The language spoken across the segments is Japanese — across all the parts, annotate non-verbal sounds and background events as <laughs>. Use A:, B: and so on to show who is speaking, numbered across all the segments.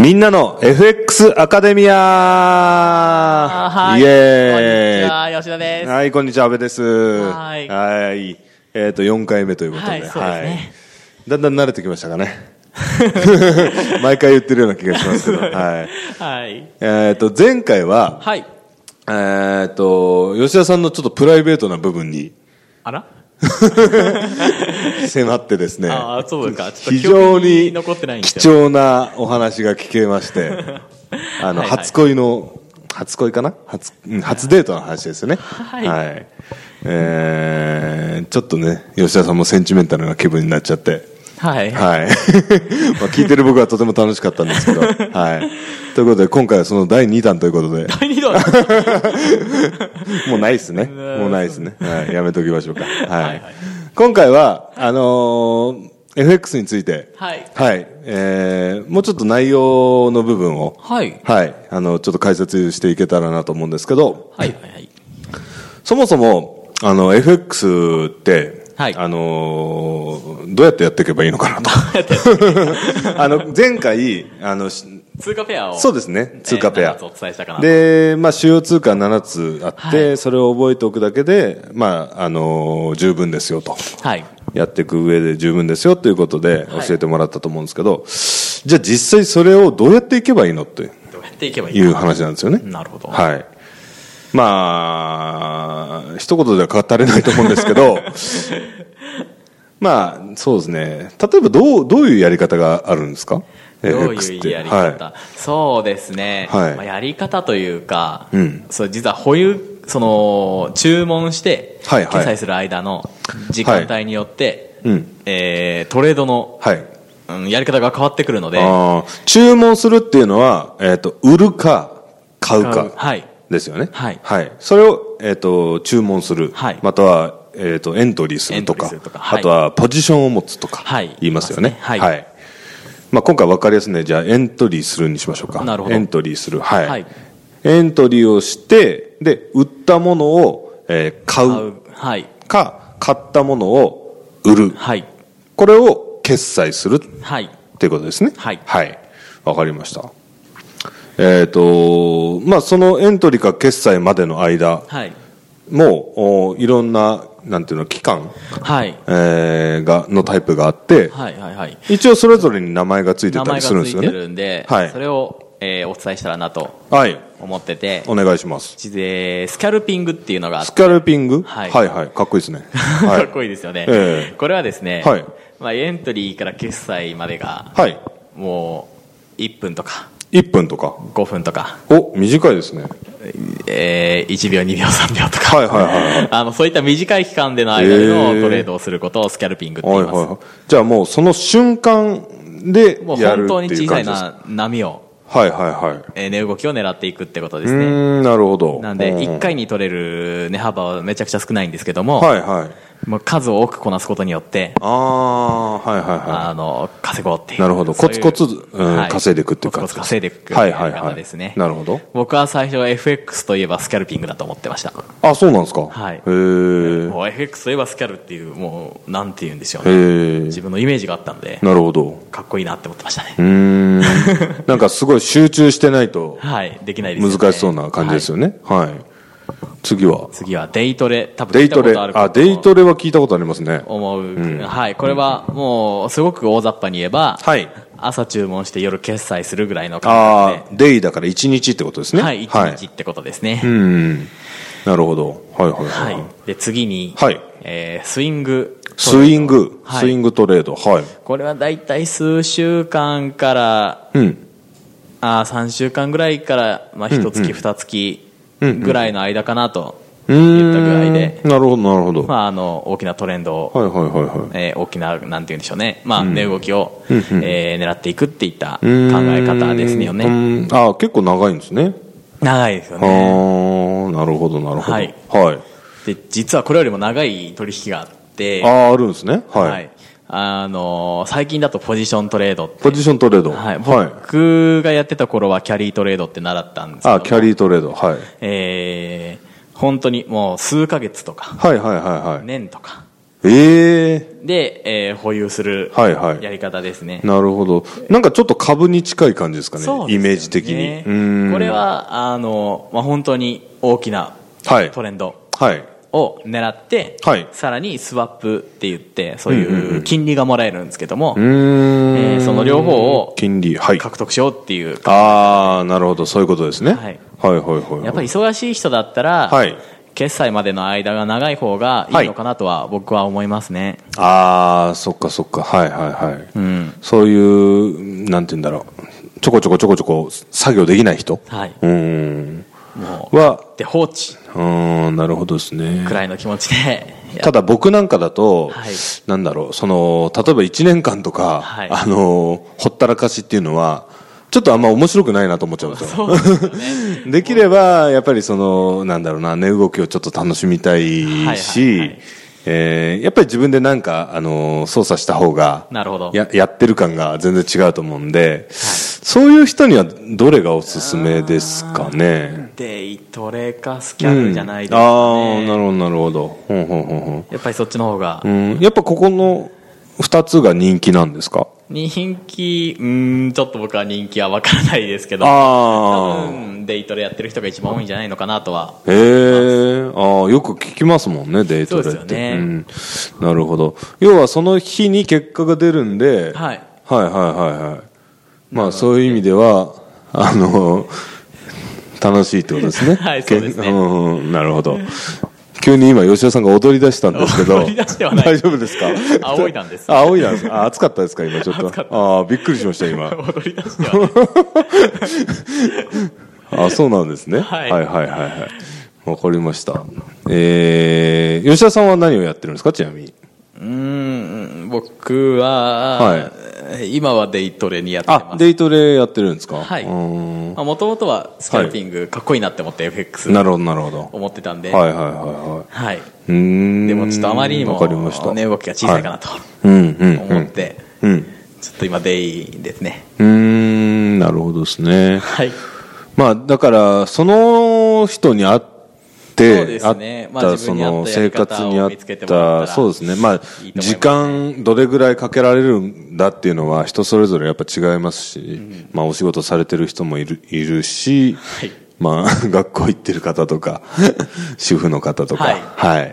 A: みんなの FX アカデミア
B: はい。
A: イ
B: こん
A: エ
B: にち
A: ー
B: は、吉田で
A: イ
B: す。
A: はい、こんにちは、阿部です。は。
B: はいい
A: えっ、と、4回目ということで。
B: はいそうですね
A: はいだんだん慣れてきましたかね。 <laughs> 毎回言ってるような気がしますけ
B: <laughs>
A: ど。はい。
B: はい。
A: えっ、と、前回は、
B: はい。
A: えっ、と、吉田さんのちょっとプライベートな部分に
B: あら
A: 迫ってですね。
B: ああ、そうか。ちょっと
A: 非常
B: 記憶
A: に
B: 残ってないんです
A: 貴
B: よ。
A: 重なお話が聞けま
B: <laughs>
A: して、あの、
B: はいはい
A: 初恋の、初恋かな初、うん初デートの話ですよね。
B: はい
A: えーちょっとね、吉田さんもセンチメンタルな気分になっちゃって、
B: はい。
A: はい。 <laughs> まあ聞いてる僕はとても楽しかったんですけ
B: <laughs>
A: ど、はい。ということで、今回はその第2弾ということ
B: <laughs>
A: で、
B: 第
A: <laughs>
B: 二弾は
A: もうないですね。
B: ん
A: もうないですね。はい。やめときましょう
B: <laughs>
A: か。は
B: はいい。
A: 今回は、あのー FX について、
B: い。
A: はい。えーもうちょっと内容の部分を、
B: はい。
A: はい。あの、ちょっと解説していけたらなと思うんですけど、
B: はい。はい。
A: そもそも、あの、FX って、
B: はい
A: あのーどうやってやっていけばいいのかな
B: <laughs>
A: と。 <laughs>
B: やって
A: あの、前回、あの、し
B: 通貨ペアを。
A: そう
B: で
A: ですね、通貨ペア。
B: お伝えしたかな。
A: で、まあ、主要通貨7つあって、
B: は
A: それを覚えておくだけで、まあ、あのー十分ですよと。
B: はい。
A: やっていく上で十分ですよということで
B: はい
A: 教えてもらったと思うんですけど、じゃあ実際それをどうやっていけばいいのって
B: どうやっていけばいい
A: い
B: の
A: う話なんですよね。
B: なるほど
A: はい。まあ、一言では語れないと思うんですけ
B: <laughs>
A: ど、まあ、そうですね。例えばどう、どういうやり方があるんですか
B: どう
A: FX っ
B: い
A: て
B: うやり方、
A: は
B: そうですね、
A: はい
B: まあ、やり方というか、
A: うん
B: そう実は保有その注文して
A: はいはい
B: 決済する間の時間帯によって、
A: い。うん。
B: えートレードの、
A: はい。
B: うん、やり方が変わってくるので
A: あー注文するっていうのは、えっ、と、売るか、買うか。
B: はい
A: ですよね。
B: はい
A: それを、えっ、と、注文する。
B: はい
A: または、えっ、と、エントリーするとか。
B: エントリーするとかはい
A: あとは、ポジションを持つとか。
B: はい
A: 言いますよね。
B: 言いますねはい
A: まあ、今回分かりやすいね。じゃあ、エントリーするにしましょうか。
B: なるほど
A: エントリーする。はい。
B: はい
A: エントリーをして、で、売ったものを、えー買
B: 買
A: う
B: うはい
A: か、買ったものを売る。
B: はい
A: これを決済する
B: はい
A: っていうことですね。
B: はい
A: はい。わかりました。えっ、と、まあ、そのエントリーか決済までの間
B: はい
A: も、おいろんな、なんていうの、期間、
B: はい
A: えーが、のタイプがあって、
B: はいはいはい
A: 一応それぞれに名前がついて
B: 名
A: た
B: 前
A: り
B: がつ
A: するんで
B: い
A: すよ
B: てる
A: ね。
B: んで、
A: はい
B: それを、えーお伝えしたらなと
A: はい。
B: 思ってて
A: お願いします。
B: でスキャルピングっていうのがあって
A: スキャルピング、
B: はい
A: はいはいかっこいいです
B: <laughs>
A: ね。は
B: か
A: い。
B: っこいいですよね、
A: ええ
B: これはですね、
A: はい
B: まあ、エントリーから決済までが
A: はい。
B: もう1分とか
A: 1分とか。
B: 5分とか、
A: お、短いですね。
B: えー1秒2秒3秒とか、
A: はいはいはいは
B: <laughs> あのそういった短い期間での間で
A: ええ
B: のトレードをすることをスキャルピングって
A: はい
B: 言
A: はい
B: います、
A: はい。じゃあもうその瞬間で
B: もう
A: やる
B: 本
A: って
B: 当に
A: い
B: 小
A: う
B: さ
A: 感
B: い
A: じです。
B: な波を、
A: はいはいはい。
B: えー値動きを狙っていくってことで
A: う
B: すね
A: ーんなるほど。
B: なんで
A: うん
B: 1回に取れる値幅はめちゃくちゃ少ないんですけども、
A: はいはい。
B: もう数を多くこなすことによって
A: ああ、はいはいは
B: あの稼ごうってい
A: い。
B: う
A: なるほど。コツコツ、
B: そういう
A: うん
B: はい
A: 稼いでいくっていう感
B: コ
A: じ
B: ツコツ稼いでいくっていう
A: はいはいは
B: 方
A: い。
B: ですね
A: なるほど。
B: 僕は最初 FX といえばスキャルピングだと思ってました
A: あ、そうなんですか。
B: はい
A: へー
B: もう FX といえばスキャルっていうもうなんて言うんでしょうね
A: へ
B: 自
A: ー
B: 分のイメージがあったんで
A: なるほど。
B: かっこいいなって思ってましたね
A: うー
B: <laughs>
A: ん。なんかすごい集中してないと
B: はいできないですよね
A: 難しそうな感じですよ
B: はい
A: ね。はい。次は、
B: 次はデイトレ多分
A: デ
B: 聞
A: イ
B: いたこ
A: トレ。
B: とあるか
A: あ、
B: なと
A: デイトレは聞いたことありますね。
B: 思う、はいこれはもうすごく大雑把に言えば、
A: はい
B: 朝注文して夜決済するぐらいの感
A: あ
B: 覚
A: あ、デイだから1日ってことです
B: で
A: ね。
B: はい1日ってことですね、
A: うん。なるほど。はいはいは。
B: はいい、で次に、
A: はい
B: えースイング
A: スイング、
B: はい
A: スイングトレード。はい。
B: これは大体数週間から
A: うん。
B: あー3週間ぐらいから、まあ、1月2月ぐらいの間かなと
A: う
B: 言ったぐらいで、
A: ーんなるほど、なるほど。
B: まあ、あの大きなトレンドを、
A: はいはいはいはい。
B: えー大きななんて言うんでしょうね、まあ、値動きを、えー狙っていくっていった考
A: うーん
B: え方ですよ
A: う
B: ね
A: ーんああ、結構長いんですね。
B: 長いですよ
A: ああ
B: ね、
A: なるほど、なるほど。は
B: はいい。
A: はい、
B: で実はこれよりも長い取引があって
A: ああ、あるんですね。はい。
B: はいあのー最近だとポジショントレードって
A: ポジショントレード。
B: はい、僕がやってた頃はキャリートレードって習ったんですけ
A: あ
B: ど
A: あ、キャリートレード。はい。
B: えー本当にもう数ヶ月とか
A: はいはいはいはい。
B: 年とか
A: ええ
B: で、えー保有する
A: はいはい
B: やり方ですね。
A: なるほど。なんかちょっと株に近い感じですかね。
B: そうです
A: イ
B: よね
A: メージ的に。うん
B: これ。は、あの、まあ、本当に大きな
A: はい
B: ト。レンド
A: はい。
B: を狙って、
A: はい
B: さらにスワップって言って、そうい
A: んうんう
B: う金利がもらえるんですけども、
A: うーん、
B: えーその両方を
A: 金利。はい。
B: 獲得しようっていう。
A: ああ、なるほど。そういうことですね。は
B: はいい、
A: はい、はい。
B: やっぱり忙しい人だったら、
A: はい
B: 決済までの間が長い方がいいのかなとは僕は思いますね。
A: ああ、そっかそっか。はいはいはい。
B: うん。
A: そういう、なんて言うんだろう。ちょこちょこちょこちょこ作業できない人
B: はい。
A: うーん。
B: も
A: は、
B: う、で、放置
A: うーん、なるほどですね。
B: くらいの気持ちで、や
A: ただ僕なんかだと、
B: はい
A: なんだろう、その、例えば1年間とか、
B: はい
A: あの、ほったらかしっていうのは、ちょっとあんま面白くないなと思っちゃうんですよ。
B: そうですよね。
A: <laughs> できれば、やっぱりその、なんだろうな、値動きをちょっと楽しみたい
B: はいはいは
A: し
B: い、
A: えーやっぱり自分でなんか、あの、操作した方が、
B: <laughs> なるほど。
A: ややってる感が全然違うと思うんで、そういう人にはどれがおすすめですかね。
B: デイトレかスキャルじゃないです
A: うん
B: か
A: ああ、
B: ね、
A: なるほど、なるほど。ほんほんほんほん
B: やっぱりそっちの方が
A: うん、やっぱここの2つが人気なんですか
B: 人気うーんちょっと僕は人気は分からないですけど
A: あ
B: 多分デイトレやってる人が一番多いんじゃないのかなとは
A: へえああよく聞きますもんねデートでって
B: そうですよね
A: ん、なるほど要はその日に結果が出るんで、 <laughs>
B: はい
A: はいはいはいはいまあそういう意味ではあの楽しいってことですね
B: <laughs> はいそうですね
A: けんうんうんなるほど急に今吉田さんが踊り出したんですけど
B: 踊り出してはない
A: 大丈夫ですか
B: 仰いだんです
A: あ仰いだんですあ暑かったですか今ちょっとああびっくりしました今
B: 踊り出し
A: <laughs>
B: てはね
A: あ、そうなんですね。は、
B: はいい
A: はいはいはい。わかりました。えー、吉田さんは何をやってるんですかちなみに。
B: うーん僕は、今はデイトレにやって
A: あ
B: ま、す
A: デイトレやってるんですか
B: はいう
A: ーん
B: もともとはスキャルピングかっこいいなって思って FX
A: なるほど、なるほど。
B: 思ってたんで、
A: はいはいはいは
B: はい
A: い。うーん。
B: でもちょっとあまりにも
A: わかりました。
B: 値動きが小さいかなと
A: うんうんうん。
B: 思って、
A: うん。
B: ちょっと今デイですね
A: うーん、なるほどですね。
B: はい
A: まあ、だから、その人に合って、
B: そうですねまあ
A: 合った
B: 自
A: そ
B: 分に合
A: の
B: ったや
A: 生
B: り方を
A: 活に合っ、
B: 見つけてもらったたら
A: そうですね。まあ、
B: いいと思います
A: 時間、どれぐらいかけられるんだっていうのは、人それぞれやっぱ違いますし、まあ、お仕事されてる人もいるいるし、
B: い
A: まあ、 <laughs> 学校行ってる方と
B: <laughs>
A: か、主婦の方とか、は
B: はいい。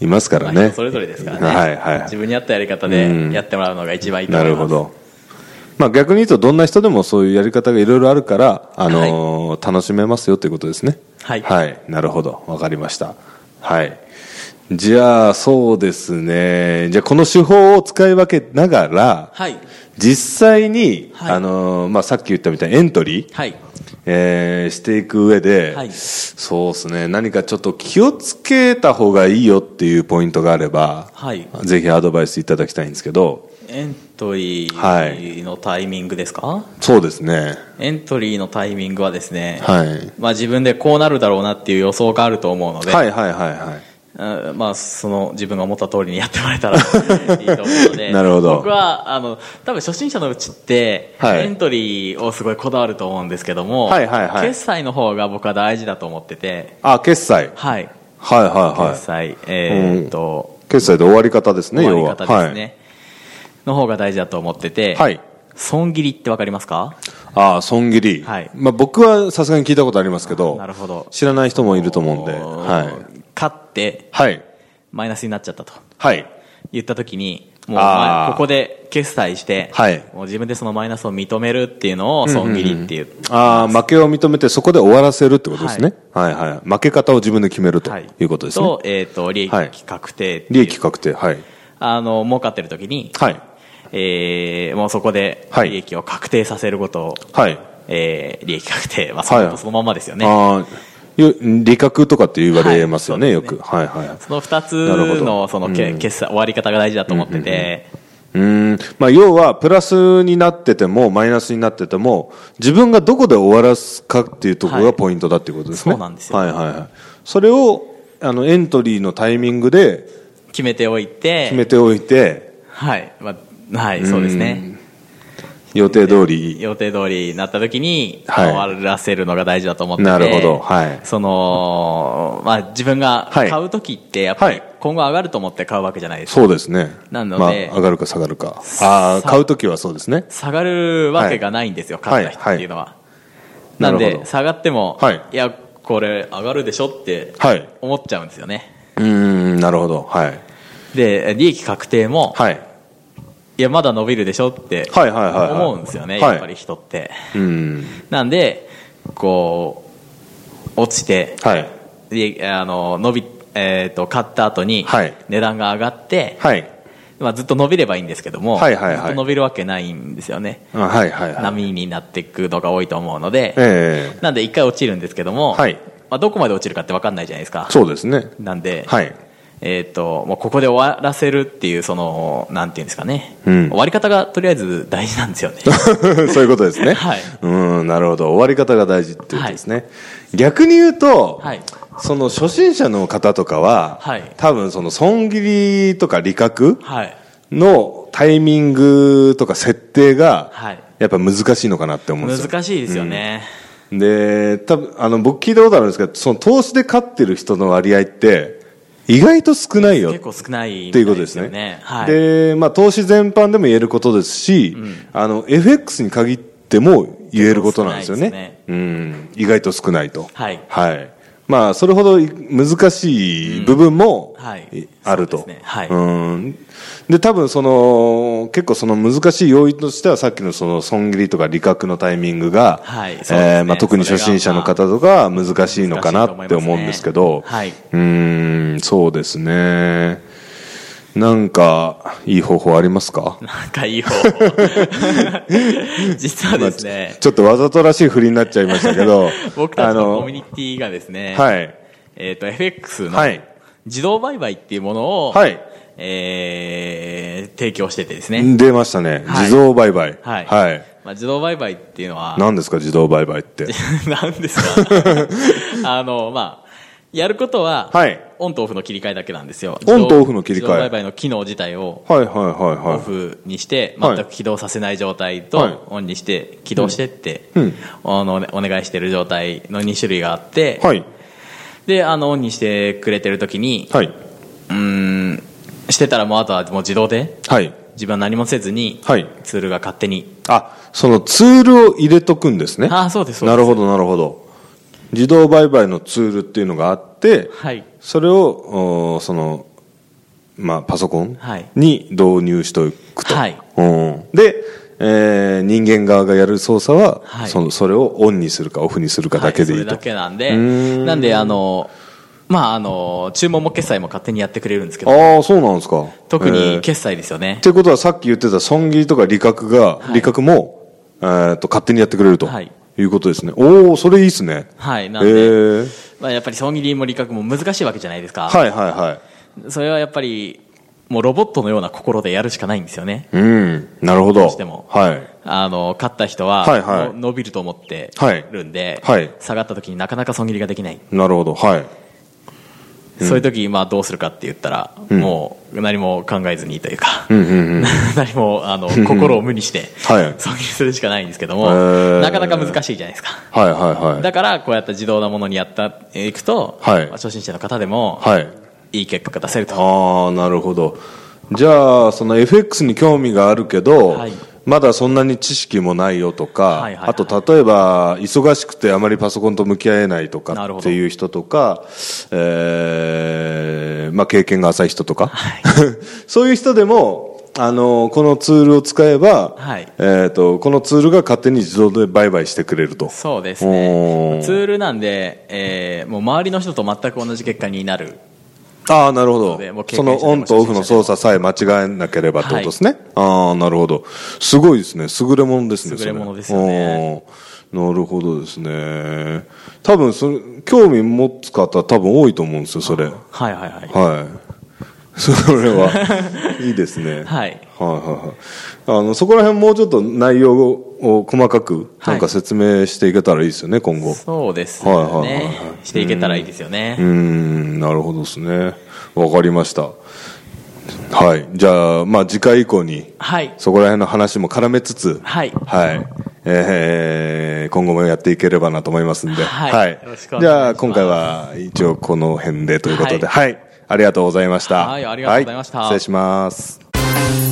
A: いますから
B: まあ
A: ね。
B: 人それぞれですからね、
A: はいはい。
B: 自分に合ったやり方
A: うん
B: でやってもらうのが一番いいと
A: な
B: 思い
A: る
B: ま
A: ほ
B: す
A: ど。まあ逆に言うと、どんな人でもそういうやり方がいろいろあるから、あのー楽しめますよということですね。
B: はい
A: なるほど。わかりました。はい。じゃあ、そうですね。じゃあ、この手法を使い分けながら、
B: はい
A: 実際に、
B: はい
A: あのーまあさっき言ったみたいにエントリー、
B: はい
A: えーしていく上で、
B: はい
A: そうですね。何かちょっと気をつけた方がいいよっていうポイントがあれば、
B: はい
A: ぜひアドバイスいただきたいんですけど、
B: エントリ
A: はい
B: ーのタイミングですか、
A: そうですね。
B: エントリーのタイミングはですね、
A: はい。
B: まあ、自分でこうなるだろうなっていう予想があると思うので、
A: はいはいはいはい。
B: うんまあ、その自分が思った通りにやってもらえたらいいと思うの
A: <laughs>
B: で
A: なるほど
B: 僕はあの多分初心者のうちって、
A: はい
B: エントリーをすごいこだわると思うんですけども、
A: はいはいはい
B: 決済の方が僕は大事だと思ってて、
A: あ、決済。
B: はい、
A: はいは
B: 決
A: いは
B: 済、えーっと、
A: い。決済で終わり方ですね、
B: 終
A: 要
B: わ
A: は。
B: り方ですね。の方が大事だと思ってて、
A: はい。はい。
B: 損切りってわかりますか
A: ああ、損切り。
B: はい
A: まあ僕はさすがに聞いたことありますけど、
B: なるほど
A: 知らない人もいると思うんで、は
B: 勝って
A: い。はい。
B: マイナスになっちゃったと
A: はい。
B: 言った時に、もう
A: あー
B: まあここで決済して、
A: はい
B: もう自分でそのマイナスを認めるっていうのを損切りっていう。
A: ああ、負けを認めてそこで終わらせるってことですね。はいはい。負け方を自分で決めるということですね
B: と。、えっ、と、利
A: はい
B: 益確定っていう、
A: 利益確定。はい。
B: あの、儲かってる時に、
A: はい。
B: えーもうそこで
A: はい
B: 利益を確定させることを、
A: はい。
B: えー利益確定、まあ、
A: はい
B: そのそのまんまですよね。
A: ああ、よ利確とかって言われますよね、
B: はい
A: よ
B: そうです
A: く。
B: ね
A: はいはい。
B: その二つ
A: なるほど
B: のそのけ、決済終わり方が大事だと思ってて、
A: うーんまあ、要はプラスになっててもマイナスになってても自分がどこで終わらすかっていうところ
B: は
A: が
B: い
A: ポイントだっていうことですね、
B: そうなんですよ
A: はいはいはい、それをあのエントリーのタイミングで
B: 決めておいて、
A: 決めておいて、
B: はい、まあ、はい、そうですね。
A: 予定通り
B: 予定通りになった時に、
A: はい
B: 終わらせるのが大事だと思ってて
A: なるほどはい
B: その、まあ、自分が
A: はい
B: 買う時ってやっぱ
A: は
B: り
A: い
B: 今後上がると思って買うわけじゃないですか、
A: そうですね
B: なので
A: まあ、上がるか下がるかああ買う時はそうですね
B: 下がるわけがないんですよ、
A: はい
B: 買った人っていうのは、
A: な
B: な
A: る
B: ん
A: ほど
B: で下がっても、
A: はい
B: いやこれ上がるでしょって
A: はい
B: 思っちゃうんですよね
A: うーんなるほどはい
B: で利益確定も、
A: はい
B: いやまだ伸びるでしょって
A: はいはいはいはい
B: 思うんですよね、
A: はい
B: やっぱり人って
A: うーん
B: なんでこう落ちて、
A: はい
B: であの伸びえー、と買った後に
A: はい
B: 値段が上がって、
A: はい
B: まあ、ずっと伸びればいいんですけども、
A: はいはいはい
B: ずっと伸びるわけないんですよね、
A: あはいはいはい
B: 波になっていくのが多いと思うので、
A: ええ
B: なんで一回落ちるんですけども、
A: はい
B: まあ、どこまで落ちるかって分かんないじゃないですか
A: そうですね
B: なんで、
A: はい
B: えー、ともうここで終わらせるっていうそのなんていうんですかね、
A: うん
B: 終わり方がとりあえず大事なんで
A: <laughs>
B: すよね
A: そういうことですね。
B: はいう
A: ーん、なるほど。終わり方が大事っていうことですね。逆に言うと、
B: はい
A: その初心者の方とかは、
B: はい
A: 多分その損切りとか利確
B: はい
A: のタイミングとか設定が、
B: はい
A: やっぱ難しいのかなって思うんですよ。
B: 難しいですよね、
A: で、多分あの、僕聞いたことあるんですけど、その投資で勝ってる人の割合って、意外と少ないよ
B: 結構少ない
A: っ
B: み
A: て
B: た
A: い
B: いう
A: こと
B: で
A: ですす
B: よね
A: ね。
B: はい、
A: で、まあ、投資全般でも言えることですし、あの、FX に限っても言えることなんですよね。
B: 結構少ないで
A: うん、意外と少ないと。
B: はい
A: まあ、それほどい難しい部分も
B: うんはい
A: いあると。
B: そうですねはい
A: うん。で、多分、その、結構その難しい要因としては、さっきのその損切りとか利確のタイミングが、
B: はいそうですね
A: えーまあ、特に初心者の方とかは難しいのかなって思うんですけど、
B: 難しいと思いますね
A: うーん、そうですね。なんか、いい方法ありますか
B: なんか
A: <laughs>
B: いい方実はですね、、
A: ちょっとわざとらしい振りになっちゃいましたけど
B: <laughs> 僕たちのコミュニ
A: ニ
B: ティがですね、
A: はい。
B: えっ、と、FX の
A: はい
B: 自動売買っていうものを、
A: はい
B: えー提供しててですね、
A: 出ましたね。
B: はい
A: 自動売買。
B: はい
A: はい。
B: まあ、自動売買っていうのは、
A: 何ですか、自動売買って。
B: <laughs> なんです
A: <laughs>
B: かあの、まあ、やることは、
A: はい
B: オンとオフの切り替えだけなんですよ。
A: オンとオフの切り替え
B: 自動売買の機能自体を
A: はいはいはい
B: オ
A: はい。
B: フにして、
A: はい
B: 全く起動させない状態
A: はい
B: と、オンにして起動してって、
A: うん
B: あのお願いしてる状態の2種類があって、
A: はい。
B: で、あの、オンにしてくれてる時に、
A: はい。
B: うーん、してたらもうあとはもう自動で、
A: はい。
B: 自分は何もせずに、
A: はい
B: ツールが勝手に。
A: あ、そのツールを入れとくんですね。
B: あーそうですそうで
A: な
B: す
A: るほど、なるほど。自動売買のツールっていうのがあって、
B: はい。
A: それを、おーその、まあ、パソコン
B: はい
A: に導入しておくと。
B: はい
A: うんで、えー人間側がやる操作は、
B: はい
A: そのそれをオンにするかオフにするかだけでいいと。
B: はそれだけなんで、
A: うーん
B: なんで、あの、まあ、あの、注文も決済も勝手にやってくれるんですけど、
A: ああ、そうなんですか。
B: 特
A: え
B: に
A: ー
B: 決済ですよね
A: っ。てことはさっき言ってた損切りとか利確が、
B: はい
A: 利確も、えーっと勝手にやってくれると、
B: はいい、
A: うことですねおおそれいいですね
B: はい。
A: へえ
B: なんで、
A: ー、
B: まあ、やっぱり損切りも利確も難しいわけじゃないですか。
A: はいはいはい
B: それはやっぱり、もうロボットのような心でやるしかないんですよね。
A: うんなるほど
B: どうしても
A: はい
B: あの、勝った人
A: はいはい
B: は、の伸びると思って
A: はい
B: るんで、
A: はい
B: 下がった時になかなか損切りができない。
A: なるほどはい
B: そういう時、まあどうするかって言ったら、もう何も考えずにというか、
A: うんうんうん
B: <laughs> 何も、あの、心を無にして、
A: はい
B: 損切りするしかないんですけど
A: へー
B: も、なかなか難しいじゃないですか。
A: はいはいはい
B: だから、こうやった自動なものにやった、えーいくと、
A: はい
B: まあ初心者の方でも、
A: はい
B: いい結果が出せると。
A: ああなるほどじゃあその FX に興味があるけど、
B: はい
A: まだそんなに知識もないよとか、
B: はいはいはい
A: あと例えば忙しくてあまりパソコンと向き合えないと
B: な
A: か
B: るほ
A: っ
B: ど
A: ていう人とか、えーまあ、経験が浅い人とか、 <laughs> そういう人でもあのこのツールを使えば、
B: はい
A: えー、とこのツールが勝手に自動で売買してくれると
B: そうです
A: おー
B: ね。ツールなんで、えーもう周りの人と全く同じ結果になる。
A: ああ、なるほど
B: でもう。経
A: そ
B: 験
A: の
B: 者でも
A: オンとオフの操作さえ間違えなければってことですね。ああ、なるほど。すごいですね。優れものですね。
B: 優れものですよね
A: それ。おーなるほどですね。多分それ、興味持つ方多分多いと思うんですよ、それ。は
B: はいはいは
A: い。
B: い。
A: <laughs> それは、いいですね。
B: <laughs> はい。
A: はいはいはい。あの、そこら辺もうちょっと内容を細かく、
B: は
A: な
B: い
A: んか説明していけたらいいですよね、今後。
B: そうです
A: はいはいはい
B: ね
A: は。い
B: していけたらいいですよね
A: うー。んなるほどですねわかりましたはい。じゃあ、まあ次回以降に、
B: はい
A: そこら辺の話も絡めつつ、
B: はい
A: はい。えー今後もやっていければなと思いますんで、
B: はいよろしくお願いします
A: じゃあ、今回は一応この辺でということで、はい。ありがとうございました。
B: はいありがとうございました
A: 失礼します。
C: 「